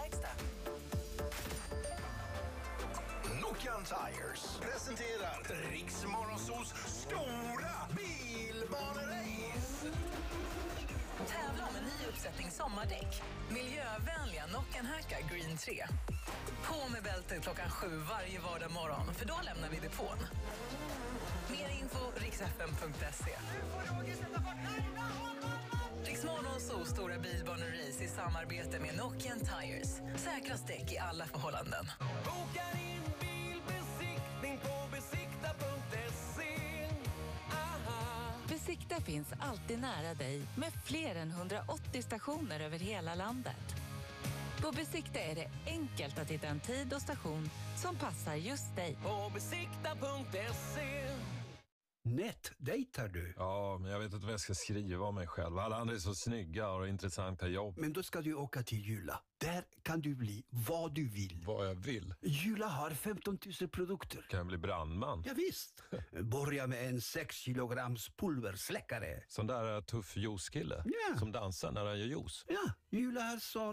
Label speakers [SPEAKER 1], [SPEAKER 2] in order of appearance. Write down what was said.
[SPEAKER 1] Halmstad.
[SPEAKER 2] Nokian Tires presenterar Riks Morgonzoos stora bilbanerace!
[SPEAKER 1] Tävla om en ny uppsättning sommardäck. Miljövänliga Nokian Hackar Green 3. På med bältet klockan sju varje vardag morgon, för då lämnar vi depån. Mer info riksfn.se. Riksmorgon så stora bilbanerace i samarbete med Nokian Tires. Säkrast däck i alla förhållanden.
[SPEAKER 3] Bokar in bilbesiktning på besikta.se. Aha.
[SPEAKER 4] Besikta finns alltid nära dig med fler än 180 stationer över hela landet. På Besikta är det enkelt att hitta en tid och station som passar just dig.
[SPEAKER 3] På besikta.se.
[SPEAKER 5] Nätdejtar du?
[SPEAKER 6] Ja, men jag vet inte vad jag ska skriva om mig själv. Alla andra är så snygga och har intressanta jobb.
[SPEAKER 5] Men då ska du åka till Jula. Där kan du bli vad du vill.
[SPEAKER 6] Vad jag vill?
[SPEAKER 5] Jula har 15 000 produkter.
[SPEAKER 6] Kan jag bli brandman?
[SPEAKER 5] Ja, visst. Börja med en 6 kilograms pulversläckare.
[SPEAKER 6] Sån där eh, äh, tuff juicekille
[SPEAKER 5] Ja.
[SPEAKER 6] som dansar när han gör juice.
[SPEAKER 5] Ja, Jula har sån